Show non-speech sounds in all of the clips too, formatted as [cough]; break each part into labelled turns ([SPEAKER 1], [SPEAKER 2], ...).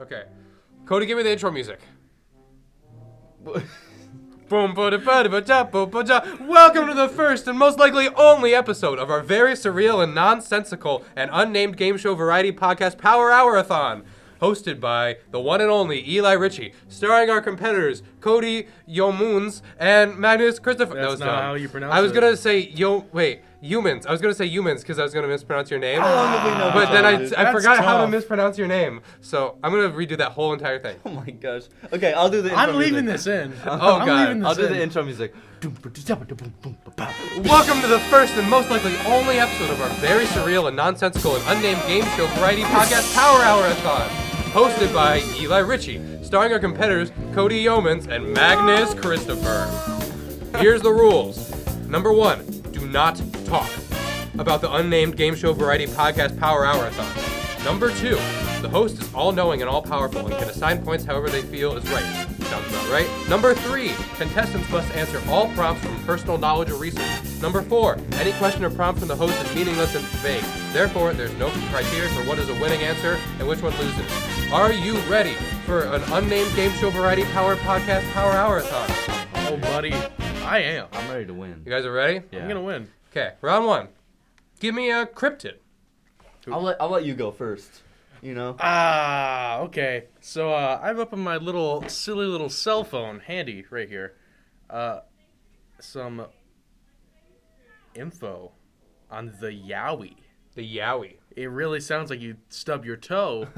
[SPEAKER 1] Okay. Cody, give me the intro music. Boom, ba, da, ba, da, ba, da, ba, ba, da. Welcome to the first and most likely only episode of our very surreal and nonsensical and unnamed game show variety podcast Power Hourathon, hosted by the one and only Eli Ritchie, starring our competitors Cody Yomuns and Magnus Christopher.
[SPEAKER 2] That's
[SPEAKER 1] that was
[SPEAKER 2] not
[SPEAKER 1] dumb.
[SPEAKER 2] how you pronounce
[SPEAKER 1] I was
[SPEAKER 2] it.
[SPEAKER 1] gonna say yo wait humans. I was gonna say humans because I was gonna mispronounce your name,
[SPEAKER 2] Ah!
[SPEAKER 1] but then
[SPEAKER 2] dude?
[SPEAKER 1] I, I
[SPEAKER 2] That's
[SPEAKER 1] forgot how to
[SPEAKER 2] tough.
[SPEAKER 1] mispronounce your name, so I'm gonna redo that whole entire
[SPEAKER 2] [laughs]
[SPEAKER 1] thing.
[SPEAKER 3] Oh [laughs] my gosh. Okay, I'll do the. Intro
[SPEAKER 2] Ah. I'm leaving
[SPEAKER 3] music.
[SPEAKER 2] this
[SPEAKER 3] [laughs]
[SPEAKER 2] in.
[SPEAKER 1] Oh,
[SPEAKER 2] I'm
[SPEAKER 1] God.
[SPEAKER 2] leaving this
[SPEAKER 3] I'll do
[SPEAKER 2] in.
[SPEAKER 3] the intro music.
[SPEAKER 1] Welcome to the first and most likely only episode of our very surreal and nonsensical and unnamed game show variety podcast Power Hourathon, hosted by Eli Ritchie, starring our competitors Cody Yeomans and Magnus Christopher. Here's the rules. Number one, do not talk about the unnamed game show variety podcast Power Hourathon. Number two, the host is all knowing and all powerful and can assign points however they feel is right. Sounds about right. Number three, contestants must answer all prompts from personal knowledge or research. Number four, any question or prompt from the host is meaningless and vague. Therefore, there's no criteria for what is a winning answer and which one loses. Are you ready for an unnamed game show variety power podcast Power Hourathon?
[SPEAKER 2] Oh, buddy, I am.
[SPEAKER 3] I'm ready to win.
[SPEAKER 1] You guys are ready?
[SPEAKER 3] Yeah.
[SPEAKER 2] I'm gonna win.
[SPEAKER 1] Okay, round one. Give me a cryptid.
[SPEAKER 3] I'll let I'll let you go first.
[SPEAKER 2] [laughs]
[SPEAKER 3] You know. [laughs]
[SPEAKER 2] Ah, okay. So uh, I'm up on my little silly little cell phone, handy right here. Uh, some info on the Yowie.
[SPEAKER 1] The Yowie.
[SPEAKER 2] It really sounds like you stub your toe. [laughs]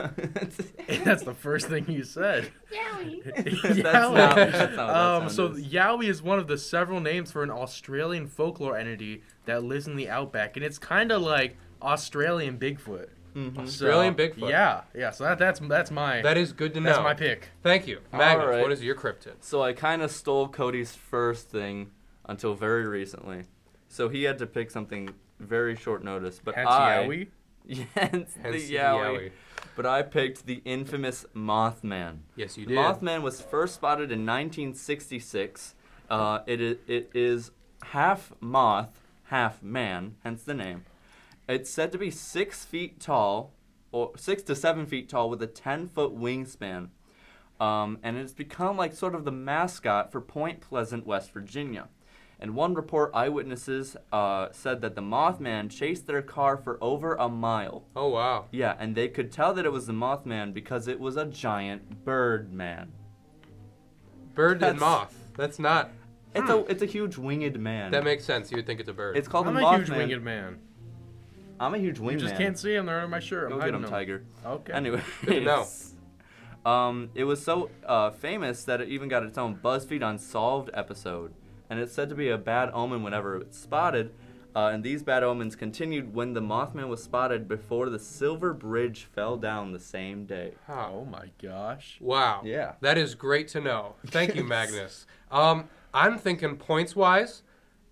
[SPEAKER 2] and that's the first thing you said. [laughs] Yowie.
[SPEAKER 3] not- that's not what that
[SPEAKER 2] um,
[SPEAKER 3] sound
[SPEAKER 2] so
[SPEAKER 3] is.
[SPEAKER 2] Yowie is one of the several names for an Australian folklore entity that lives in the outback, and it's kind of like Australian Bigfoot.
[SPEAKER 3] Mm-hmm.
[SPEAKER 2] So-
[SPEAKER 1] Australian Bigfoot.
[SPEAKER 2] Yeah, yeah. So that, that's that's my
[SPEAKER 1] That is good to know.
[SPEAKER 2] that's my pick.
[SPEAKER 1] Thank you. Magnus,
[SPEAKER 3] right.
[SPEAKER 1] what is your cryptid?
[SPEAKER 3] So I kind of stole Cody's first thing until very recently. So he had to pick something very short notice, but
[SPEAKER 2] Hence
[SPEAKER 3] I [laughs]
[SPEAKER 2] Yowie.
[SPEAKER 3] Yes, Hence
[SPEAKER 1] Hence
[SPEAKER 2] E
[SPEAKER 3] the Yowie. But I picked the infamous Mothman.
[SPEAKER 1] Yes, you
[SPEAKER 3] The
[SPEAKER 1] did.
[SPEAKER 3] Mothman was first spotted in 1966. Uh, it, i- it is half moth, half man, hence the name. It's said to be six feet tall, or six to seven feet tall, with a 10 foot wingspan. Um, and it's become like sort of the mascot for Point Pleasant, West Virginia. In one report, eyewitnesses uh, said that the Mothman chased their car for over a mile.
[SPEAKER 1] Oh, wow.
[SPEAKER 3] Yeah, and they could tell that it was the Mothman because it was a giant bird man.
[SPEAKER 1] Bird and
[SPEAKER 3] That's-
[SPEAKER 1] moth. That's not.
[SPEAKER 2] Hmm.
[SPEAKER 3] It's a it's a huge winged man.
[SPEAKER 1] That makes sense. You would think it's a bird.
[SPEAKER 3] it's called
[SPEAKER 2] I'm
[SPEAKER 3] the
[SPEAKER 2] a
[SPEAKER 3] Mothman.
[SPEAKER 2] huge winged man.
[SPEAKER 3] I'm a huge winged
[SPEAKER 2] You just
[SPEAKER 3] man.
[SPEAKER 2] can't see him. They're under my shirt. I'm
[SPEAKER 3] Go get
[SPEAKER 2] hiding
[SPEAKER 3] him,
[SPEAKER 2] them.
[SPEAKER 3] tiger.
[SPEAKER 2] Okay.
[SPEAKER 3] Anyway.
[SPEAKER 1] Good to know.
[SPEAKER 3] [laughs] Um, it was so uh, famous that it even got its own BuzzFeed Unsolved episode, and it's said to be a bad omen whenever it's spotted. Uh, and these bad omens continued when the Mothman was spotted before the Silver Bridge fell down the same day.
[SPEAKER 1] Wow.
[SPEAKER 2] Oh my gosh.
[SPEAKER 1] Wow.
[SPEAKER 3] Yeah.
[SPEAKER 1] That is great to know. Thank
[SPEAKER 2] [laughs]
[SPEAKER 1] you, Magnus. Um, I'm thinking points wise,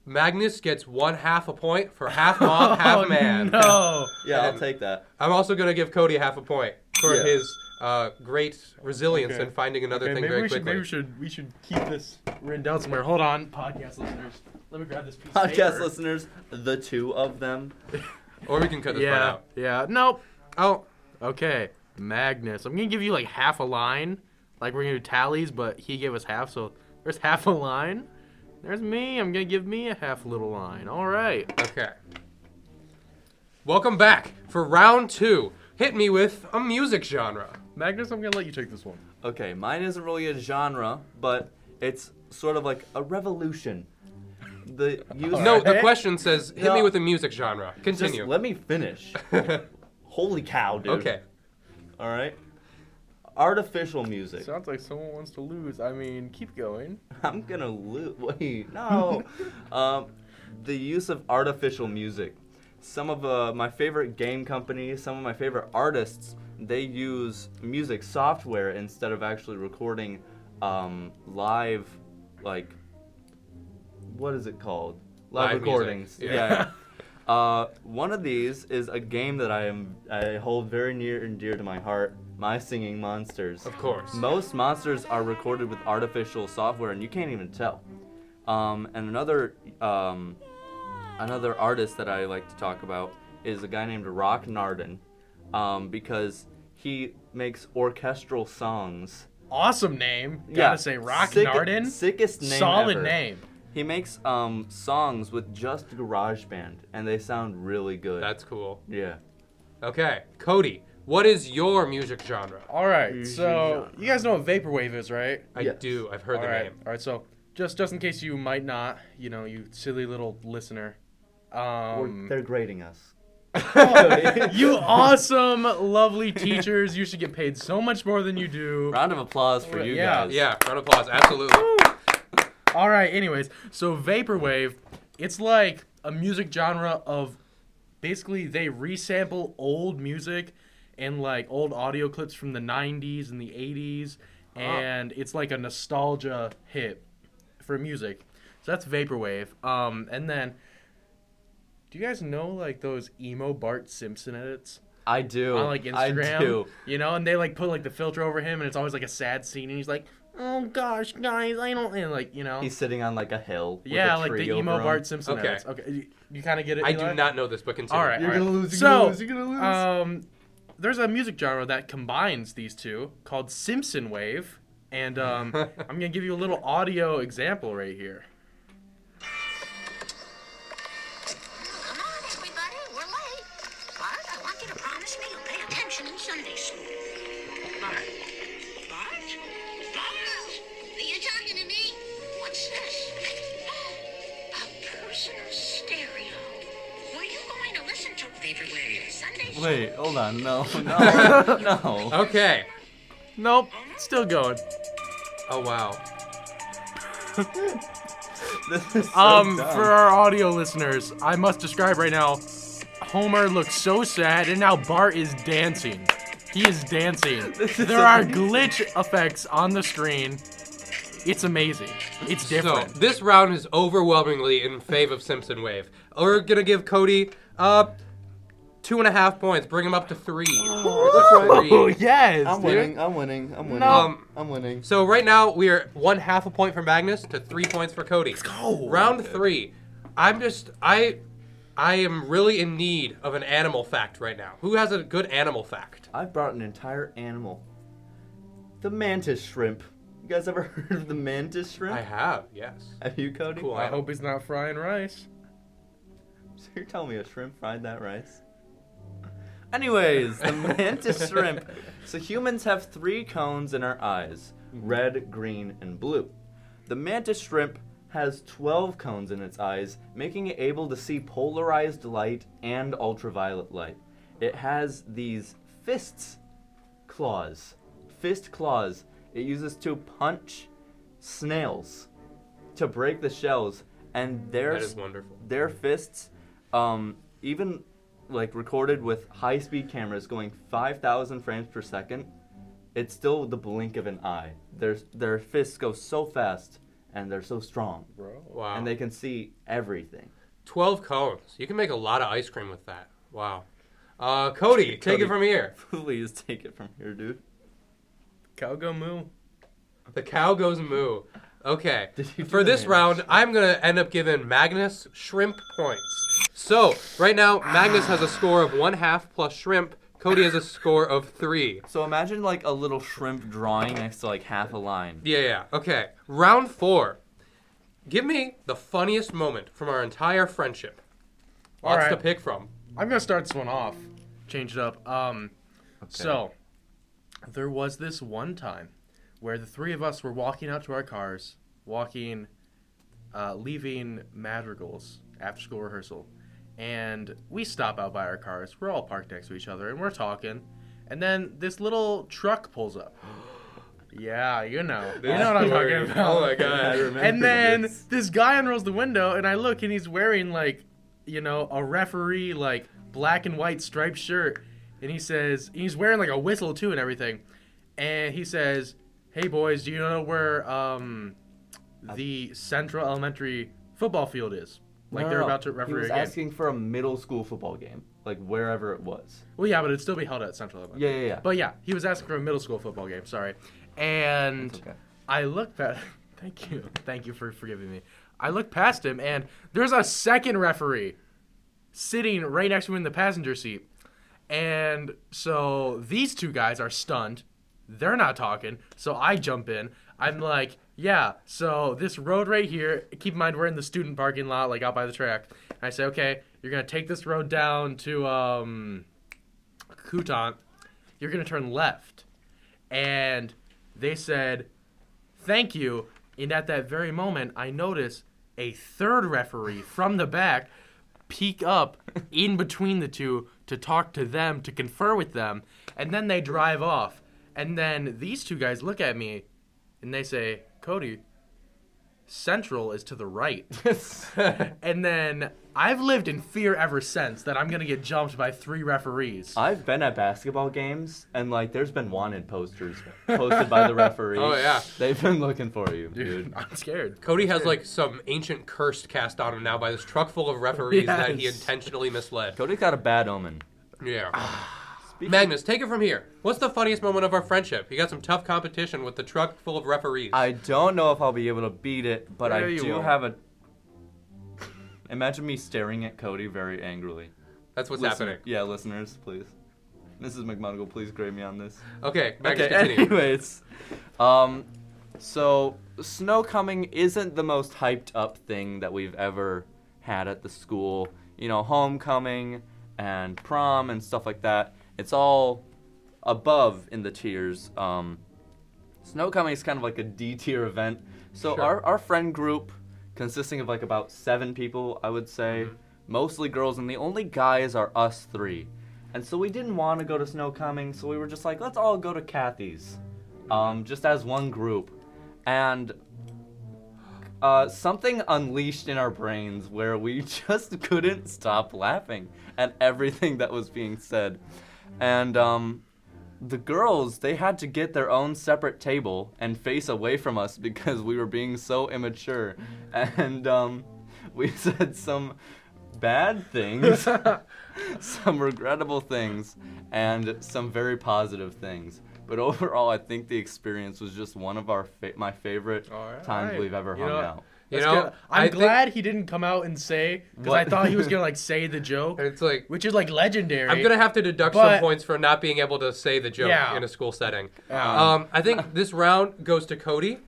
[SPEAKER 1] Magnus gets one half a point for
[SPEAKER 2] [laughs]
[SPEAKER 1] half moth, half man.
[SPEAKER 2] Oh,
[SPEAKER 3] [laughs]
[SPEAKER 2] No.
[SPEAKER 3] Yeah, I'll
[SPEAKER 1] And-
[SPEAKER 3] take that.
[SPEAKER 1] I'm also going to give Cody half a point for
[SPEAKER 3] Yeah.
[SPEAKER 1] his uh, great resilience
[SPEAKER 2] Okay.
[SPEAKER 1] in finding another
[SPEAKER 2] Okay,
[SPEAKER 1] thing
[SPEAKER 2] maybe
[SPEAKER 1] very
[SPEAKER 2] we should,
[SPEAKER 1] quickly.
[SPEAKER 2] maybe we should we should keep this written down somewhere. Hold on, podcast listeners. Let me grab this piece of
[SPEAKER 3] Podcast
[SPEAKER 2] paper.
[SPEAKER 3] listeners, the two of them.
[SPEAKER 1] Or we can cut this part
[SPEAKER 2] Yeah,
[SPEAKER 1] out.
[SPEAKER 2] yeah. Nope.
[SPEAKER 1] Oh,
[SPEAKER 2] Okay, Magnus. I'm gonna give you like half a line. Like we're gonna do tallies, but he gave us half, so there's [laughs] half a line. There's me. I'm gonna give me a half little line. All right.
[SPEAKER 1] Okay. Welcome back for round two. Hit me with a music genre.
[SPEAKER 2] Magnus, I'm gonna let you take this one.
[SPEAKER 3] Okay, mine isn't really a genre, but it's sort of like a revolution. The use
[SPEAKER 1] No, the
[SPEAKER 2] Alright.
[SPEAKER 1] question says hit me
[SPEAKER 3] No.
[SPEAKER 1] with a music genre. [laughs]
[SPEAKER 3] just
[SPEAKER 1] Continue.
[SPEAKER 3] let me finish. Holy cow, dude.
[SPEAKER 1] okay.
[SPEAKER 3] All right. Artificial music.
[SPEAKER 2] Sounds like someone wants to lose. I mean, keep going.
[SPEAKER 3] [laughs] I'm gonna lose. Wait, no. um, the use of artificial music. Some of uh, my favorite game companies, some of my favorite artists, they use music software instead of actually recording um, live, like, what is it called? Live,
[SPEAKER 1] Live music,
[SPEAKER 3] recordings.
[SPEAKER 1] yeah.
[SPEAKER 3] yeah. Uh, one of these is a game that I am I hold very near and dear to my heart. My Singing Monsters.
[SPEAKER 1] Of course.
[SPEAKER 3] Most monsters are recorded with artificial software, and you can't even tell. Um, and another um, another artist that I like to talk about is a guy named Rock Narden, um, because He makes orchestral songs.
[SPEAKER 2] Awesome name. Gotta
[SPEAKER 3] Yeah,
[SPEAKER 2] say, Rock
[SPEAKER 3] sick-
[SPEAKER 2] Narden.
[SPEAKER 3] Sickest name
[SPEAKER 2] Solid
[SPEAKER 3] ever.
[SPEAKER 2] name.
[SPEAKER 3] He makes um songs with just GarageBand, and they sound really good.
[SPEAKER 1] That's cool.
[SPEAKER 3] yeah.
[SPEAKER 1] Okay, Cody, what is your music genre?
[SPEAKER 2] All right,
[SPEAKER 3] Easy
[SPEAKER 2] so
[SPEAKER 3] genre.
[SPEAKER 2] you guys know what vaporwave is, right?
[SPEAKER 1] I
[SPEAKER 3] Yes.
[SPEAKER 1] do. I've heard
[SPEAKER 2] All
[SPEAKER 1] the
[SPEAKER 2] right,
[SPEAKER 1] name.
[SPEAKER 2] all right. So just just in case you might not, you know, you silly little listener.
[SPEAKER 3] Or
[SPEAKER 2] Um,
[SPEAKER 3] they're grading [laughs] us.
[SPEAKER 2] [laughs] you awesome, lovely teachers. You should get paid so much more than you do.
[SPEAKER 3] Round of applause for you
[SPEAKER 2] Yeah.
[SPEAKER 3] guys.
[SPEAKER 1] Yeah, round of applause. Absolutely.
[SPEAKER 2] All right. Anyways, so vaporwave, it's like a music genre of basically they resample old music and like old audio clips from the 90s and the 80s and it's like a nostalgia hit for music. So that's vaporwave. Um and then do you guys know like those emo Bart Simpson edits?
[SPEAKER 3] I do.
[SPEAKER 2] on like Instagram.
[SPEAKER 3] I do.
[SPEAKER 2] You know, and they like put like the filter over him, and it's always like a sad scene, and he's like, "Oh gosh, guys, I don't," and like you know,
[SPEAKER 3] He's sitting on like a hill. With
[SPEAKER 2] yeah,
[SPEAKER 3] a
[SPEAKER 2] like
[SPEAKER 3] tree
[SPEAKER 2] the
[SPEAKER 3] over
[SPEAKER 2] emo
[SPEAKER 3] him.
[SPEAKER 2] Bart Simpson.
[SPEAKER 1] Okay.
[SPEAKER 2] edits. okay, you, kind of get it.
[SPEAKER 1] I
[SPEAKER 2] Eli?
[SPEAKER 1] do not know this, but continue.
[SPEAKER 2] All right,
[SPEAKER 3] You're
[SPEAKER 2] all right.
[SPEAKER 3] gonna lose, you're
[SPEAKER 2] so,
[SPEAKER 3] gonna lose, you're gonna lose.
[SPEAKER 2] Um, there's a music genre that combines these two called Simpson wave, and um, I'm gonna give you a little audio example right here.
[SPEAKER 4] Come on, everybody, we're late. Bart, I want you to promise me you'll pay attention in Sunday school. Bart. Bart? Bart! Are you talking to me? What's this? A personal stereo. Were you going to listen to Vaporwave in Sunday school?
[SPEAKER 3] Wait, hold on.
[SPEAKER 2] [laughs]
[SPEAKER 3] No, no, no. [laughs]
[SPEAKER 1] Okay.
[SPEAKER 2] Nope, still going.
[SPEAKER 1] Oh wow.
[SPEAKER 3] This is so
[SPEAKER 2] um,
[SPEAKER 3] dumb.
[SPEAKER 2] for our audio listeners, I must describe right now. Homer looks so sad, and now Bart is dancing. He is dancing.
[SPEAKER 3] This is
[SPEAKER 2] there are
[SPEAKER 3] amazing.
[SPEAKER 2] glitch effects on the screen. It's amazing. It's
[SPEAKER 1] So
[SPEAKER 2] different.
[SPEAKER 1] this round is overwhelmingly in favor of Simpson Wave. We're gonna give Cody uh two and a half points. Bring him up to three.
[SPEAKER 2] oh
[SPEAKER 1] Three.
[SPEAKER 2] yes,
[SPEAKER 3] I'm
[SPEAKER 2] dude.
[SPEAKER 3] winning. I'm winning. I'm winning.
[SPEAKER 1] Um,
[SPEAKER 3] I'm winning.
[SPEAKER 1] So right now we are one half a point for Magnus to three points for Cody. Let's
[SPEAKER 2] go.
[SPEAKER 1] Round three. I'm just I I am really in need of an animal fact right now. Who has a good animal fact?
[SPEAKER 3] I brought an entire animal. The mantis shrimp. You guys ever [laughs] heard of the mantis shrimp?
[SPEAKER 1] I have, yes.
[SPEAKER 3] Have you, Cody?
[SPEAKER 1] Cool.
[SPEAKER 2] I hope he's not frying rice.
[SPEAKER 3] [laughs] So you're telling me a shrimp fried that rice? Anyways, the mantis shrimp. So humans have three cones in our eyes red, green, and blue. The mantis shrimp has 12 cones in its eyes, making it able to see polarized light and ultraviolet light. It has these fists, claws, fist claws it uses to punch snails to break the shells, and their
[SPEAKER 1] That is wonderful.
[SPEAKER 3] their fists, um, even like recorded with high speed cameras going 5,000 frames per second, it's still the blink of an eye. Their, their fists go so fast and they're so strong.
[SPEAKER 1] Wow.
[SPEAKER 3] And they can see everything.
[SPEAKER 1] [laughs] 12 cones. You can make a lot of ice cream with that. Wow. Uh, Cody, take
[SPEAKER 3] Cody.
[SPEAKER 1] it from here.
[SPEAKER 3] Please take it from here, dude.
[SPEAKER 2] Cow go moo.
[SPEAKER 1] The cow goes moo. Okay.
[SPEAKER 3] Did you do
[SPEAKER 1] For
[SPEAKER 3] the
[SPEAKER 1] this
[SPEAKER 3] Magnus?
[SPEAKER 1] round, I'm going to end up giving Magnus shrimp points. So, right now, Magnus has a score of one half plus shrimp. Cody has a score of three.
[SPEAKER 3] So imagine like a little shrimp drawing next to like half a line.
[SPEAKER 1] Yeah, yeah. Okay. Round four. Give me the funniest moment from our entire friendship.
[SPEAKER 2] All
[SPEAKER 1] Lots to
[SPEAKER 2] right.
[SPEAKER 1] pick from.
[SPEAKER 2] I'm gonna start this one off. Change it up. Um, so there was this one time where the three of us were walking out to our cars, walking, uh, leaving Madrigals after school rehearsal, and we stop out by our cars. We're all parked next to each other, and we're talking, and then this little truck pulls up. [gasps] yeah, you know, you know what I'm talking about.
[SPEAKER 1] Oh my
[SPEAKER 3] I
[SPEAKER 1] god.
[SPEAKER 2] [laughs]
[SPEAKER 3] remember
[SPEAKER 2] And then
[SPEAKER 3] this.
[SPEAKER 2] this. guy unrolls the window, and I look, and he's wearing like, you know, a referee like black and white striped shirt, and he says he's wearing like a whistle too and everything, and he says, "Hey boys, do you know where um the Central Elementary football field is?" Like
[SPEAKER 3] No, no,
[SPEAKER 2] they're
[SPEAKER 3] no.
[SPEAKER 2] about to
[SPEAKER 3] He
[SPEAKER 2] referee
[SPEAKER 3] was
[SPEAKER 2] again.
[SPEAKER 3] asking for a middle school football game, like wherever it was.
[SPEAKER 2] Well, yeah, but it'd still be held at Central Elementary.
[SPEAKER 3] Yeah, yeah, yeah.
[SPEAKER 2] But yeah, he was asking for a middle school football game. Sorry, and
[SPEAKER 3] It's okay.
[SPEAKER 2] I looked past. [laughs] Thank you, thank you for forgiving me. I looked past him, and there's a second referee sitting right next to him in the passenger seat, And so these two guys are stunned. They're not talking. So I jump in. I'm like, yeah, so this road right here, keep in mind we're in the student parking lot, like out by the track. And I say, okay, you're going to take this road down to um, Coutant. You're going to turn left. And they said, thank you. And at that very moment, I notice a third referee from the back peek up in between the two to talk to them, to confer with them, and then they drive off. And then these two guys look at me and they say, Cody, Central is to the right. and then I've lived in fear ever since that I'm going to get jumped by three referees.
[SPEAKER 3] [laughs] I've been at basketball games and like there's been wanted posters posted
[SPEAKER 2] [laughs]
[SPEAKER 3] by the referee.
[SPEAKER 1] Oh, yeah.
[SPEAKER 3] They've been looking for you, dude.
[SPEAKER 2] I'm scared.
[SPEAKER 1] Cody has like some ancient curse cast on him now by this truck full of referees that he
[SPEAKER 2] Yes.
[SPEAKER 1] intentionally misled.
[SPEAKER 3] Cody got a bad omen.
[SPEAKER 1] Yeah. Magnus, take it from here. What's the funniest moment of our friendship? You got some tough competition with the truck full of referees.
[SPEAKER 3] I don't know if I'll be able to beat it, but
[SPEAKER 2] Yeah,
[SPEAKER 3] I
[SPEAKER 2] you
[SPEAKER 3] do
[SPEAKER 2] will.
[SPEAKER 3] have a [laughs] Imagine me staring at Cody very angrily.
[SPEAKER 1] That's what's
[SPEAKER 3] Listen-
[SPEAKER 1] happening.
[SPEAKER 3] Yeah, listeners, please. Mrs. McMonagle, please grade me on this.
[SPEAKER 1] Okay, Magnus,
[SPEAKER 3] Okay, [laughs]
[SPEAKER 1] continue.
[SPEAKER 3] anyways. Um, so, snow coming isn't the most hyped up thing that we've ever had at the school. You know, homecoming and prom and stuff like that. It's all above in the tiers. Um, snow coming is kind of like a D tier event. So,
[SPEAKER 1] Sure.
[SPEAKER 3] our, our friend group, consisting of like about seven people, I would say, mostly girls, and the only guys are us three. And so we didn't want to go to Snow Coming, so we were just like, let's all go to Kathy's, um, just as one group. And uh, something unleashed in our brains where we [laughs] just couldn't stop laughing at everything that was being said. And um, the girls, they had to get their own separate table and face away from us [laughs] because we were being so immature. And um, [laughs] we said some bad
[SPEAKER 2] [laughs]
[SPEAKER 3] things, some regrettable things, and some very positive things. But overall, I think the experience was just one of our fa- my favorite times
[SPEAKER 2] Alright.
[SPEAKER 3] we've ever
[SPEAKER 2] You
[SPEAKER 3] hung
[SPEAKER 2] know,
[SPEAKER 3] out.
[SPEAKER 1] You
[SPEAKER 2] That's
[SPEAKER 1] know,
[SPEAKER 2] good. I'm
[SPEAKER 1] I think-
[SPEAKER 2] glad he didn't come out and say because I
[SPEAKER 3] What?
[SPEAKER 2] thought
[SPEAKER 1] [laughs]
[SPEAKER 2] he was gonna like say the joke,
[SPEAKER 1] And it's like
[SPEAKER 2] which is like legendary.
[SPEAKER 1] I'm gonna have to deduct some
[SPEAKER 2] But-
[SPEAKER 1] points for not being able to say the joke
[SPEAKER 2] Yeah.
[SPEAKER 1] in a school setting.
[SPEAKER 2] Yeah.
[SPEAKER 1] Um, I
[SPEAKER 2] [laughs]
[SPEAKER 1] think this round goes to Cody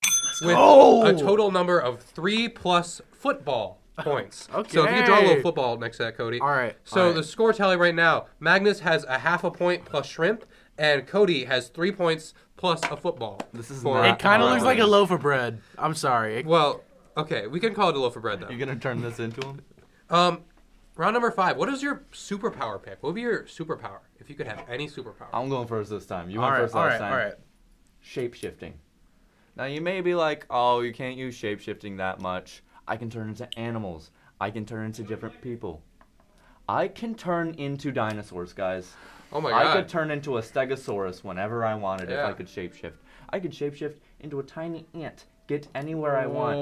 [SPEAKER 1] with
[SPEAKER 2] go.
[SPEAKER 1] a total number of three plus
[SPEAKER 2] [laughs]
[SPEAKER 1] football points. So if you draw a
[SPEAKER 2] Okay.
[SPEAKER 1] little football next to that, Cody.
[SPEAKER 2] All right,
[SPEAKER 1] So
[SPEAKER 2] all right.
[SPEAKER 1] the score tally right now: Magnus has a half a point plus shrimp, and Cody has three points plus a football.
[SPEAKER 3] This is
[SPEAKER 1] for-
[SPEAKER 3] not-
[SPEAKER 2] It kind of looks like a
[SPEAKER 3] Alright.
[SPEAKER 2] loaf of bread. I'm sorry. It-
[SPEAKER 1] Well, okay, we can call it a loaf of bread
[SPEAKER 3] You
[SPEAKER 1] then.
[SPEAKER 3] gonna turn this into him?
[SPEAKER 1] Um, round number five. What is your superpower pick? What would be your superpower if you could have any superpower?
[SPEAKER 3] I'm going first this time. You
[SPEAKER 2] all
[SPEAKER 3] went
[SPEAKER 2] right,
[SPEAKER 3] first
[SPEAKER 2] all
[SPEAKER 3] last
[SPEAKER 2] right, all
[SPEAKER 3] time.
[SPEAKER 2] right.
[SPEAKER 3] Shape shifting. Now you may be like, oh, you can't use shape shifting that much. I can turn into animals. I can turn into different people. I can turn into dinosaurs, guys.
[SPEAKER 1] Oh my
[SPEAKER 3] I
[SPEAKER 1] god.
[SPEAKER 3] could turn into a stegosaurus whenever I wanted if
[SPEAKER 1] Yeah.
[SPEAKER 3] I could shapeshift. I could shapeshift into a tiny ant, get anywhere I want. I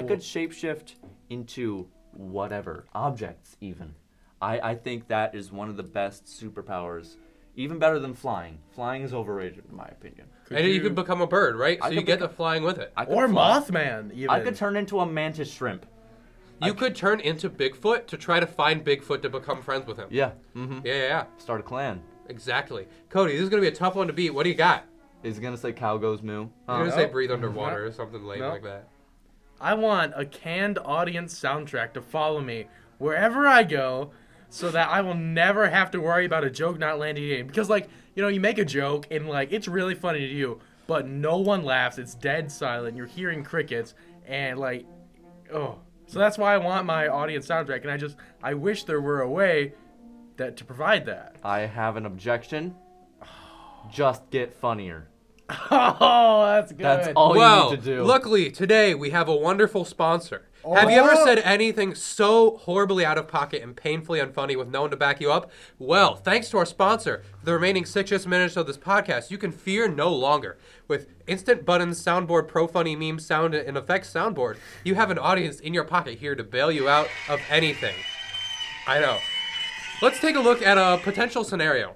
[SPEAKER 2] Whoa.
[SPEAKER 3] could shapeshift into whatever, objects even. I, I think that is one of the best superpowers. Even better than flying. Flying is overrated, in my opinion.
[SPEAKER 1] and you could become a bird, right? So
[SPEAKER 3] I
[SPEAKER 1] you
[SPEAKER 3] could
[SPEAKER 1] get
[SPEAKER 3] become-
[SPEAKER 1] the flying with it.
[SPEAKER 3] I could
[SPEAKER 2] or
[SPEAKER 3] fly.
[SPEAKER 2] Mothman. Even.
[SPEAKER 3] I could turn into a mantis shrimp.
[SPEAKER 1] you could turn into Bigfoot to try to find Bigfoot to become friends with him.
[SPEAKER 3] Yeah. Mm-hmm.
[SPEAKER 1] Yeah, yeah, yeah.
[SPEAKER 3] Start a clan.
[SPEAKER 1] Exactly. Cody, this is gonna be a tough one to beat. What do you got?
[SPEAKER 3] Is he gonna say cow goes moo?
[SPEAKER 1] You're
[SPEAKER 3] Huh?
[SPEAKER 1] gonna
[SPEAKER 2] Uh, no. Mm-hmm.
[SPEAKER 1] say breathe underwater or something lame
[SPEAKER 2] No.
[SPEAKER 1] like that.
[SPEAKER 2] I want a canned audience soundtrack to follow me wherever I go, so that I will never have to worry about a joke not landing in. Because like you know, you make a joke and like it's really funny to you, but no one laughs. It's dead silent. You're hearing crickets and like oh so that's why i want my audience soundtrack and i just i wish there were a way that to provide that [laughs]
[SPEAKER 3] I have an objection. [sighs] Just get funnier.
[SPEAKER 2] oh that's good
[SPEAKER 3] That's all
[SPEAKER 1] well,
[SPEAKER 3] you need to do.
[SPEAKER 1] luckily today we have a wonderful sponsor. Have you ever
[SPEAKER 2] Oh.
[SPEAKER 1] said anything so horribly out of pocket and painfully unfunny with no one to back you up? Well, thanks to our sponsor, for the remaining six just minutes of this podcast, you can fear no longer. With instant buttons, soundboard, pro funny meme, sound, and effects soundboard, you have an audience in your pocket here to bail you out of anything. I know. Let's take a look at a potential scenario.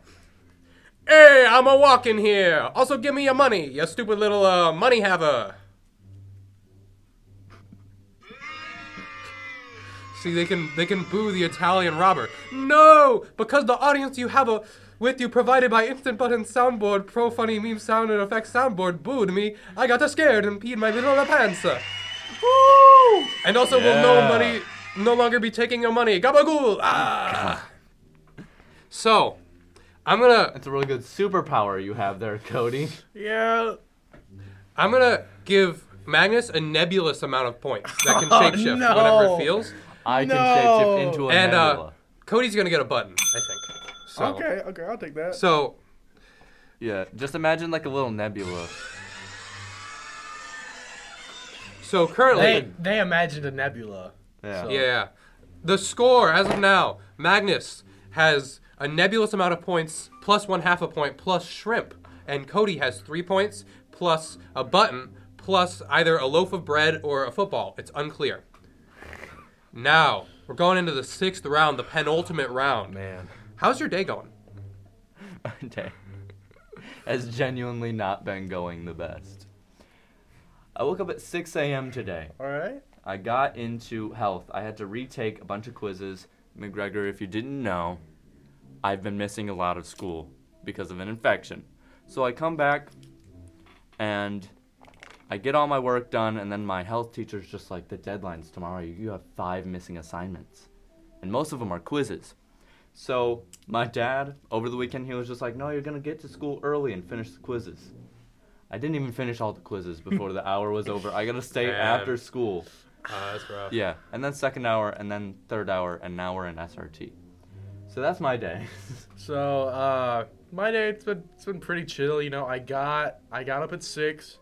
[SPEAKER 1] Hey, I'm a walking here. Also, give me your money, you stupid little uh, money haver. See, they can they can boo the Italian robber. No, because the audience you have a With you provided by Instant Button Soundboard, Pro Funny Meme Sound and Effects Soundboard booed me. I got scared and peed my little pants. Woo! And also, will
[SPEAKER 3] Yeah.
[SPEAKER 1] nobody no longer be taking your money? Gabagool! Ah! So, I'm gonna
[SPEAKER 3] That's a really good superpower you have there, Cody.
[SPEAKER 2] Yeah.
[SPEAKER 1] I'm gonna give Magnus a nebulous amount of points that
[SPEAKER 2] [laughs]
[SPEAKER 1] can shapeshift
[SPEAKER 2] no.
[SPEAKER 1] whenever it feels.
[SPEAKER 3] [laughs] I can
[SPEAKER 2] No.
[SPEAKER 3] shapeshift into a
[SPEAKER 1] And uh,
[SPEAKER 3] Oh, nebula.
[SPEAKER 1] Cody's gonna get a button, I think. So,
[SPEAKER 2] Okay. Okay. I'll take that.
[SPEAKER 1] So
[SPEAKER 3] Yeah, just imagine like a little nebula. [laughs]
[SPEAKER 1] so currently,
[SPEAKER 2] they they imagined a nebula.
[SPEAKER 3] Yeah.
[SPEAKER 1] yeah, yeah. the score as of now, Magnus has a nebulous amount of points plus one half a point plus shrimp, and Cody has three points plus a button plus either a loaf of bread or a football. It's unclear. Now we're going into the sixth round, the penultimate round.
[SPEAKER 3] Man.
[SPEAKER 1] How's your day going?
[SPEAKER 3] day has genuinely not been going the best. I woke up at 6 a.m. today.
[SPEAKER 2] All right.
[SPEAKER 3] I got into health. I had to retake a bunch of quizzes. McGregor, if you didn't know, I've been missing a lot of school because of an infection. So I come back and I get all my work done, and then my health teacher's just like, the deadline's tomorrow. You have five missing assignments. And most of them are quizzes. So my dad, over the weekend, he was just like, no, you're going to get to school early and finish the quizzes. I didn't even finish all the quizzes before the hour was over. I got to stay
[SPEAKER 1] Man.
[SPEAKER 3] after school.
[SPEAKER 1] Uh, that's rough.
[SPEAKER 3] Yeah, and then second hour, and then third hour, and now we're in SRT. So that's my day. [laughs]
[SPEAKER 2] So uh, my day it's been it's been pretty chill. You know, I got I got up at six.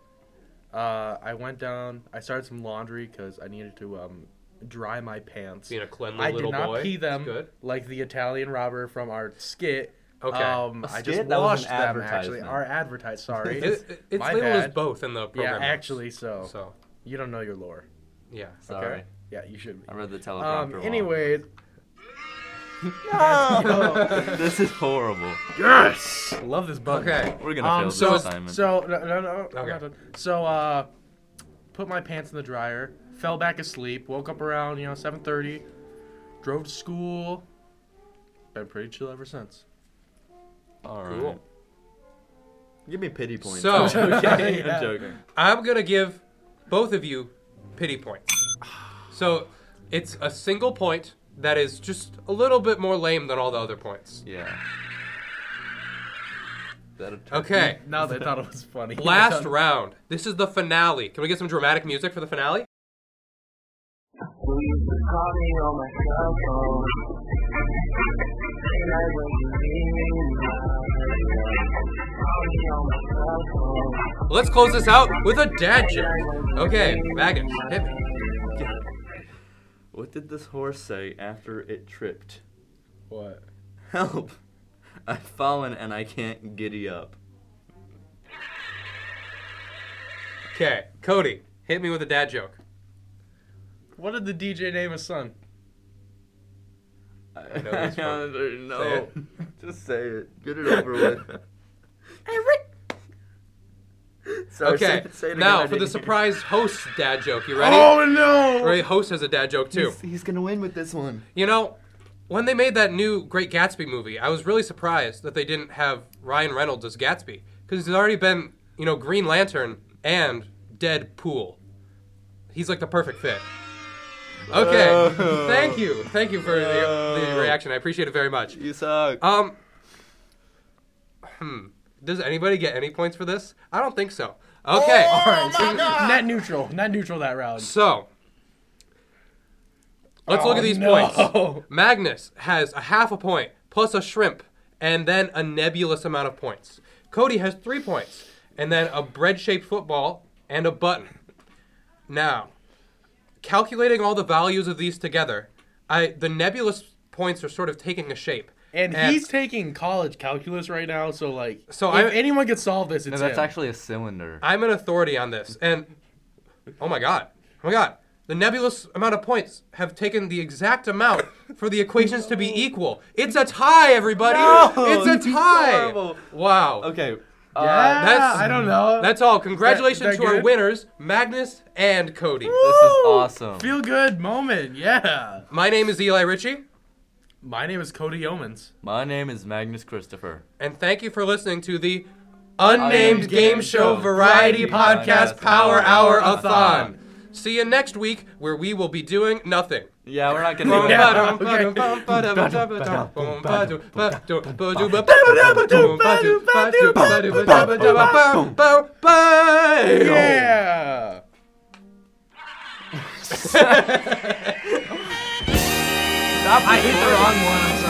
[SPEAKER 2] Uh, I went down. I started some laundry because I needed to um, dry my pants.
[SPEAKER 1] Being a cleanly
[SPEAKER 2] I did
[SPEAKER 1] little
[SPEAKER 2] not
[SPEAKER 1] boy.
[SPEAKER 2] pee them
[SPEAKER 1] It's good.
[SPEAKER 2] like the Italian robber from our skit.
[SPEAKER 1] Okay.
[SPEAKER 2] Um,
[SPEAKER 3] A
[SPEAKER 2] I just
[SPEAKER 3] skit? That was
[SPEAKER 2] washed
[SPEAKER 3] an
[SPEAKER 2] them actually.
[SPEAKER 3] advertisement.
[SPEAKER 2] Our advertise. Sorry.
[SPEAKER 1] [laughs] It, it- it's
[SPEAKER 2] My
[SPEAKER 1] labeled as
[SPEAKER 2] bad.
[SPEAKER 1] both in the
[SPEAKER 2] Yeah,
[SPEAKER 1] program. notes.
[SPEAKER 2] actually. So,
[SPEAKER 1] So,
[SPEAKER 2] you don't know your lore.
[SPEAKER 1] yeah.
[SPEAKER 3] Sorry,
[SPEAKER 2] Yeah, you should. Be.
[SPEAKER 3] I read the teleprompter.
[SPEAKER 2] Um. [laughs]
[SPEAKER 3] wrong.
[SPEAKER 2] Anyway.
[SPEAKER 3] this is horrible.
[SPEAKER 2] Yes. Love this button.
[SPEAKER 1] Okay.
[SPEAKER 3] We're gonna
[SPEAKER 2] Um,
[SPEAKER 3] fail
[SPEAKER 2] so,
[SPEAKER 3] this assignment.
[SPEAKER 2] So no, no, no. I'm
[SPEAKER 1] Okay.
[SPEAKER 2] not done. So uh, put my pants in the dryer. Fell back asleep. Woke up around you know 7:30. Drove to school. Been pretty chill ever since.
[SPEAKER 3] All right.
[SPEAKER 1] Cool.
[SPEAKER 5] Give me pity points.
[SPEAKER 1] So,
[SPEAKER 3] Okay,
[SPEAKER 2] Yeah.
[SPEAKER 3] I'm joking.
[SPEAKER 1] I'm going to give both of you pity points. So, it's a single point that is just a little bit more lame than all the other points.
[SPEAKER 3] Yeah. That'll turn-
[SPEAKER 1] Okay.
[SPEAKER 2] Now they thought it was
[SPEAKER 1] [laughs]
[SPEAKER 2] funny. [laughs]
[SPEAKER 1] Last round. This is the finale. Can we get some dramatic music for the finale?
[SPEAKER 6] Please call me on my cell phone. And I will ring you. Call me on my cell phone.
[SPEAKER 1] Let's close this out with a dad joke. Okay, Magnus, hit me.
[SPEAKER 3] What did this horse say after it tripped?
[SPEAKER 2] What?
[SPEAKER 3] Help! I've fallen and I can't giddy up.
[SPEAKER 1] Okay, Cody, hit me with a dad joke.
[SPEAKER 2] What did the DJ name his son?
[SPEAKER 3] I
[SPEAKER 1] know
[SPEAKER 3] [laughs]
[SPEAKER 1] this one.
[SPEAKER 3] no. Just say it. Get it
[SPEAKER 1] [laughs]
[SPEAKER 3] over with. Sorry,
[SPEAKER 1] Okay,
[SPEAKER 3] [laughs] say- say it again, Oh, I
[SPEAKER 1] now for the
[SPEAKER 3] didn't hear.
[SPEAKER 1] surprise host dad joke. You ready?
[SPEAKER 2] no!
[SPEAKER 1] Ray Host has a dad joke too.
[SPEAKER 5] he's gonna win with this one.
[SPEAKER 1] You know, when they made that new Great Gatsby movie, I was really surprised that they didn't have Ryan Reynolds as Gatsby because he's already been, you know, Green Lantern and Deadpool. He's like the perfect fit. Okay, thank you, thank you for the, the reaction. I appreciate it very much.
[SPEAKER 3] You suck.
[SPEAKER 1] Um, hmm, does anybody get any points for this? I don't think so. Okay, all right.
[SPEAKER 2] Net neutral. Net neutral that round.
[SPEAKER 1] So, let's
[SPEAKER 2] Oh,
[SPEAKER 1] look at these points.
[SPEAKER 2] [laughs]
[SPEAKER 1] Magnus has a half a point plus a shrimp and then a nebulous amount of points. Cody has three points and then a bread shaped football and a button. Now, calculating all the values of these together, I the nebulous points are sort of taking a shape.
[SPEAKER 2] And, he's taking college calculus right now, so like,
[SPEAKER 1] So
[SPEAKER 2] if
[SPEAKER 1] I-
[SPEAKER 2] anyone could solve this, it's
[SPEAKER 3] no, that's
[SPEAKER 2] him.
[SPEAKER 3] actually a cylinder.
[SPEAKER 1] I'm an authority on this. And oh my god, oh my god, the nebulous amount of points have taken the exact amount for the equations to be equal. It's a tie, everybody. it's
[SPEAKER 3] this
[SPEAKER 1] a
[SPEAKER 3] is
[SPEAKER 1] tie.
[SPEAKER 3] horrible.
[SPEAKER 1] Wow.
[SPEAKER 3] Okay. Uh,
[SPEAKER 2] Yeah,
[SPEAKER 1] that's-
[SPEAKER 2] I don't know.
[SPEAKER 1] That's all. Congratulations
[SPEAKER 2] that
[SPEAKER 1] to our
[SPEAKER 2] good?
[SPEAKER 1] winners, Magnus and Cody.
[SPEAKER 3] This is awesome.
[SPEAKER 2] Feel good moment, yeah.
[SPEAKER 1] My name is Eli Ritchie.
[SPEAKER 2] My name is Cody Yeomans.
[SPEAKER 3] My name is Magnus Christopher.
[SPEAKER 1] And thank you for listening to the Unnamed
[SPEAKER 3] Unnamed
[SPEAKER 1] Game
[SPEAKER 3] Game
[SPEAKER 1] Show
[SPEAKER 3] Show
[SPEAKER 1] Variety
[SPEAKER 3] Variety
[SPEAKER 1] Podcast
[SPEAKER 3] Podcast
[SPEAKER 1] Power Hour
[SPEAKER 3] Power
[SPEAKER 1] Athon.
[SPEAKER 3] Hour-a-thon.
[SPEAKER 1] See you next week where we will be doing nothing.
[SPEAKER 3] Yeah, we're not gonna.
[SPEAKER 1] Yeah.
[SPEAKER 2] [laughs] Yeah.
[SPEAKER 3] Stop
[SPEAKER 2] I hit the wrong one. I'm sorry.